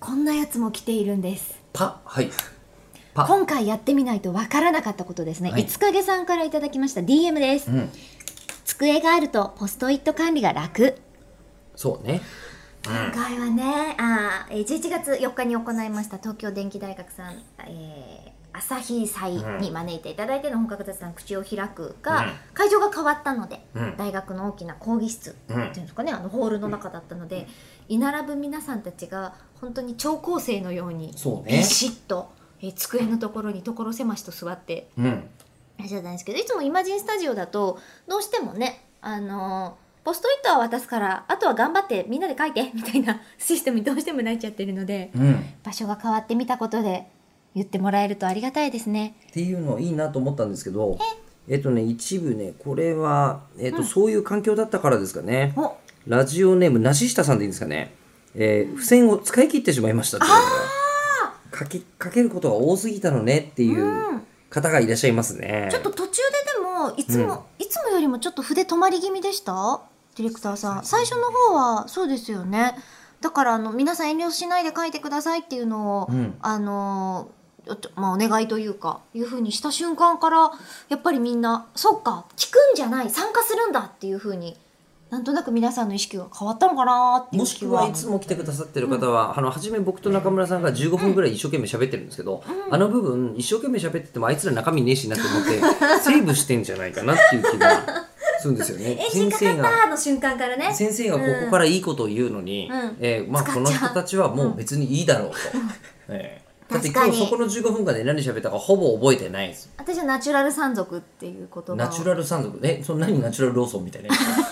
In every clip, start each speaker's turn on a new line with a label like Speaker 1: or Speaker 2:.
Speaker 1: こんなやつも来ているんです
Speaker 2: パはいパ
Speaker 1: 今回やってみないとわからなかったことですね、
Speaker 2: はい
Speaker 1: いつかげさんからいただきました DM です、
Speaker 2: うん
Speaker 1: 机があるとポストイット管理が楽
Speaker 2: そうね
Speaker 1: 今回はねあーえー11月4日に行いました東京電機大学さん、えー朝日祭に招いていただいての本格雑談「口を開くが」
Speaker 2: うん
Speaker 1: 会場が変わったので、
Speaker 2: うん
Speaker 1: 大学の大きな講義室っていうんですかね、あのホールの中だったので、居並ぶ皆さんたちが本当に超高生のように
Speaker 2: そうね
Speaker 1: ビシッと、えー机のところに所狭しと座って
Speaker 2: うん
Speaker 1: いらっしゃったんですけどいつもイマジンスタジオだとどうしてもねあのーポストイットは渡すからあとは頑張ってみんなで書いてみたいな システムにどうしてもなっちゃってるので
Speaker 2: うん
Speaker 1: 場所が変わってみたことで言ってもらえるとありがたいですね。
Speaker 2: っていうのいいなと思ったんですけどえっとね一部ねこれは、えっとそういう環境だったからですかね
Speaker 1: お
Speaker 2: ラジオネームなし下さんでいいんですかね、えー付箋を使い切ってしまいましたっていうのが書きかけることが多すぎたのねっていう
Speaker 1: うん
Speaker 2: 方がいらっしゃいますね、
Speaker 1: ちょっと途中ででもいつも、いつもよりもちょっと筆止まり気味でしたディレクターさん最初の方はそうですよねだからあの皆さん遠慮しないで書いてくださいっていうのを、
Speaker 2: うん
Speaker 1: あのーおっとまあ、お願いというかいうふうにした瞬間からやっぱりみんなそっか聞くんじゃない参加するんだっていうふうになんとなく皆さんの意識が変わったのかなっていう
Speaker 2: も
Speaker 1: 意
Speaker 2: し
Speaker 1: 識
Speaker 2: くはいつも来てくださってる方は、あの初め僕と中村さんが15分ぐらい一生懸命喋ってるんですけど、あの部分一生懸命喋っててもあいつら中身ねえしなって思っ てセーブしてんじゃないかなっていう気がするんですよね。
Speaker 1: エンジン
Speaker 2: 先
Speaker 1: かかっ
Speaker 2: 生が
Speaker 1: たの瞬間からね
Speaker 2: 先生がここからいいことを言うのに、
Speaker 1: うん
Speaker 2: えーまあ、
Speaker 1: 使っ
Speaker 2: こ
Speaker 1: ちゃう
Speaker 2: の人たちはもう別にいいだ ろうと、えーだって今
Speaker 1: 確
Speaker 2: 日
Speaker 1: かに
Speaker 2: そこの15分間で何喋ったかほぼ覚えてないです
Speaker 1: 私はナチュラル山賊っていう言葉を
Speaker 2: ナチュラル山賊えその何ナチュラルローソンみたいな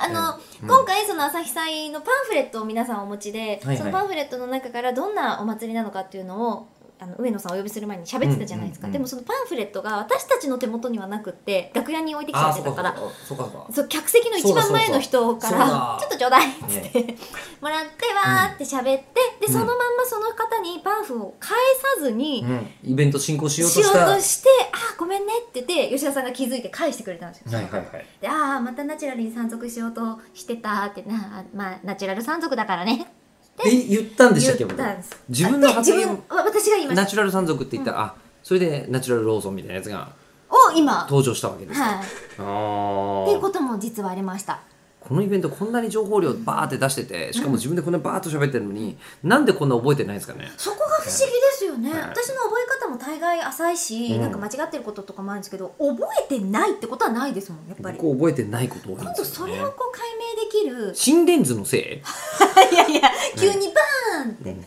Speaker 1: あの、今回その朝日祭のパンフレットを皆さんお持ちで、
Speaker 2: はいはい
Speaker 1: そのパンフレットの中からどんなお祭りなのかっていうのをあの上野さんをお呼びする前に喋ってたじゃないですか、
Speaker 2: うんうん
Speaker 1: でもそのパンフレットが私たちの手元にはなくって楽屋に置いてきちゃ
Speaker 2: ああ
Speaker 1: って
Speaker 2: そうか
Speaker 1: た
Speaker 2: そ
Speaker 1: か
Speaker 2: うからそうかそうか
Speaker 1: そう客席の一番前の人か
Speaker 2: そうだそうだ
Speaker 1: ら 「ちょっとちょうだい」っつって、もらってわーって喋って、でそのまんまその方にパンフを返さずに、
Speaker 2: うん、イベント進行しよう
Speaker 1: し
Speaker 2: と
Speaker 1: よ
Speaker 2: し
Speaker 1: う
Speaker 2: た
Speaker 1: として「あーごめんね」って言って吉田さんが気づいて返してくれたんですよ。
Speaker 2: はいはいはい
Speaker 1: でああまたナチュラルに山賊しようとしてたってなあまあナチュラル山賊だからね
Speaker 2: え言ったんでしたっけ
Speaker 1: 言ったんです
Speaker 2: 僕自分の
Speaker 1: あで
Speaker 2: 発
Speaker 1: 自
Speaker 2: 言
Speaker 1: 分わ私が言いま
Speaker 2: ナ
Speaker 1: した
Speaker 2: チュラル山賊って言ったら、あそれでナチュラルローソンみたいなやつが
Speaker 1: を今
Speaker 2: 登場したわけですか、
Speaker 1: はい
Speaker 2: あ
Speaker 1: っていう
Speaker 2: ー
Speaker 1: ことも実はありました
Speaker 2: このイベントこんなに情報量バーって出しててしかも自分でこんなバーっと喋ってるのに、なんでこんな覚えてないんですかね
Speaker 1: そこが不思議ですよね、
Speaker 2: はい
Speaker 1: 私の覚え方も大概浅いし、
Speaker 2: うん
Speaker 1: なんか間違ってることとかもあるんですけど覚えてないってことはないですもんやっぱり
Speaker 2: 僕覚えてないこと多いん
Speaker 1: 今
Speaker 2: で
Speaker 1: 度
Speaker 2: すよ
Speaker 1: そ
Speaker 2: ね
Speaker 1: れをこう解明できる
Speaker 2: 心電図のせい
Speaker 1: いやいや急にバーンって、
Speaker 2: うん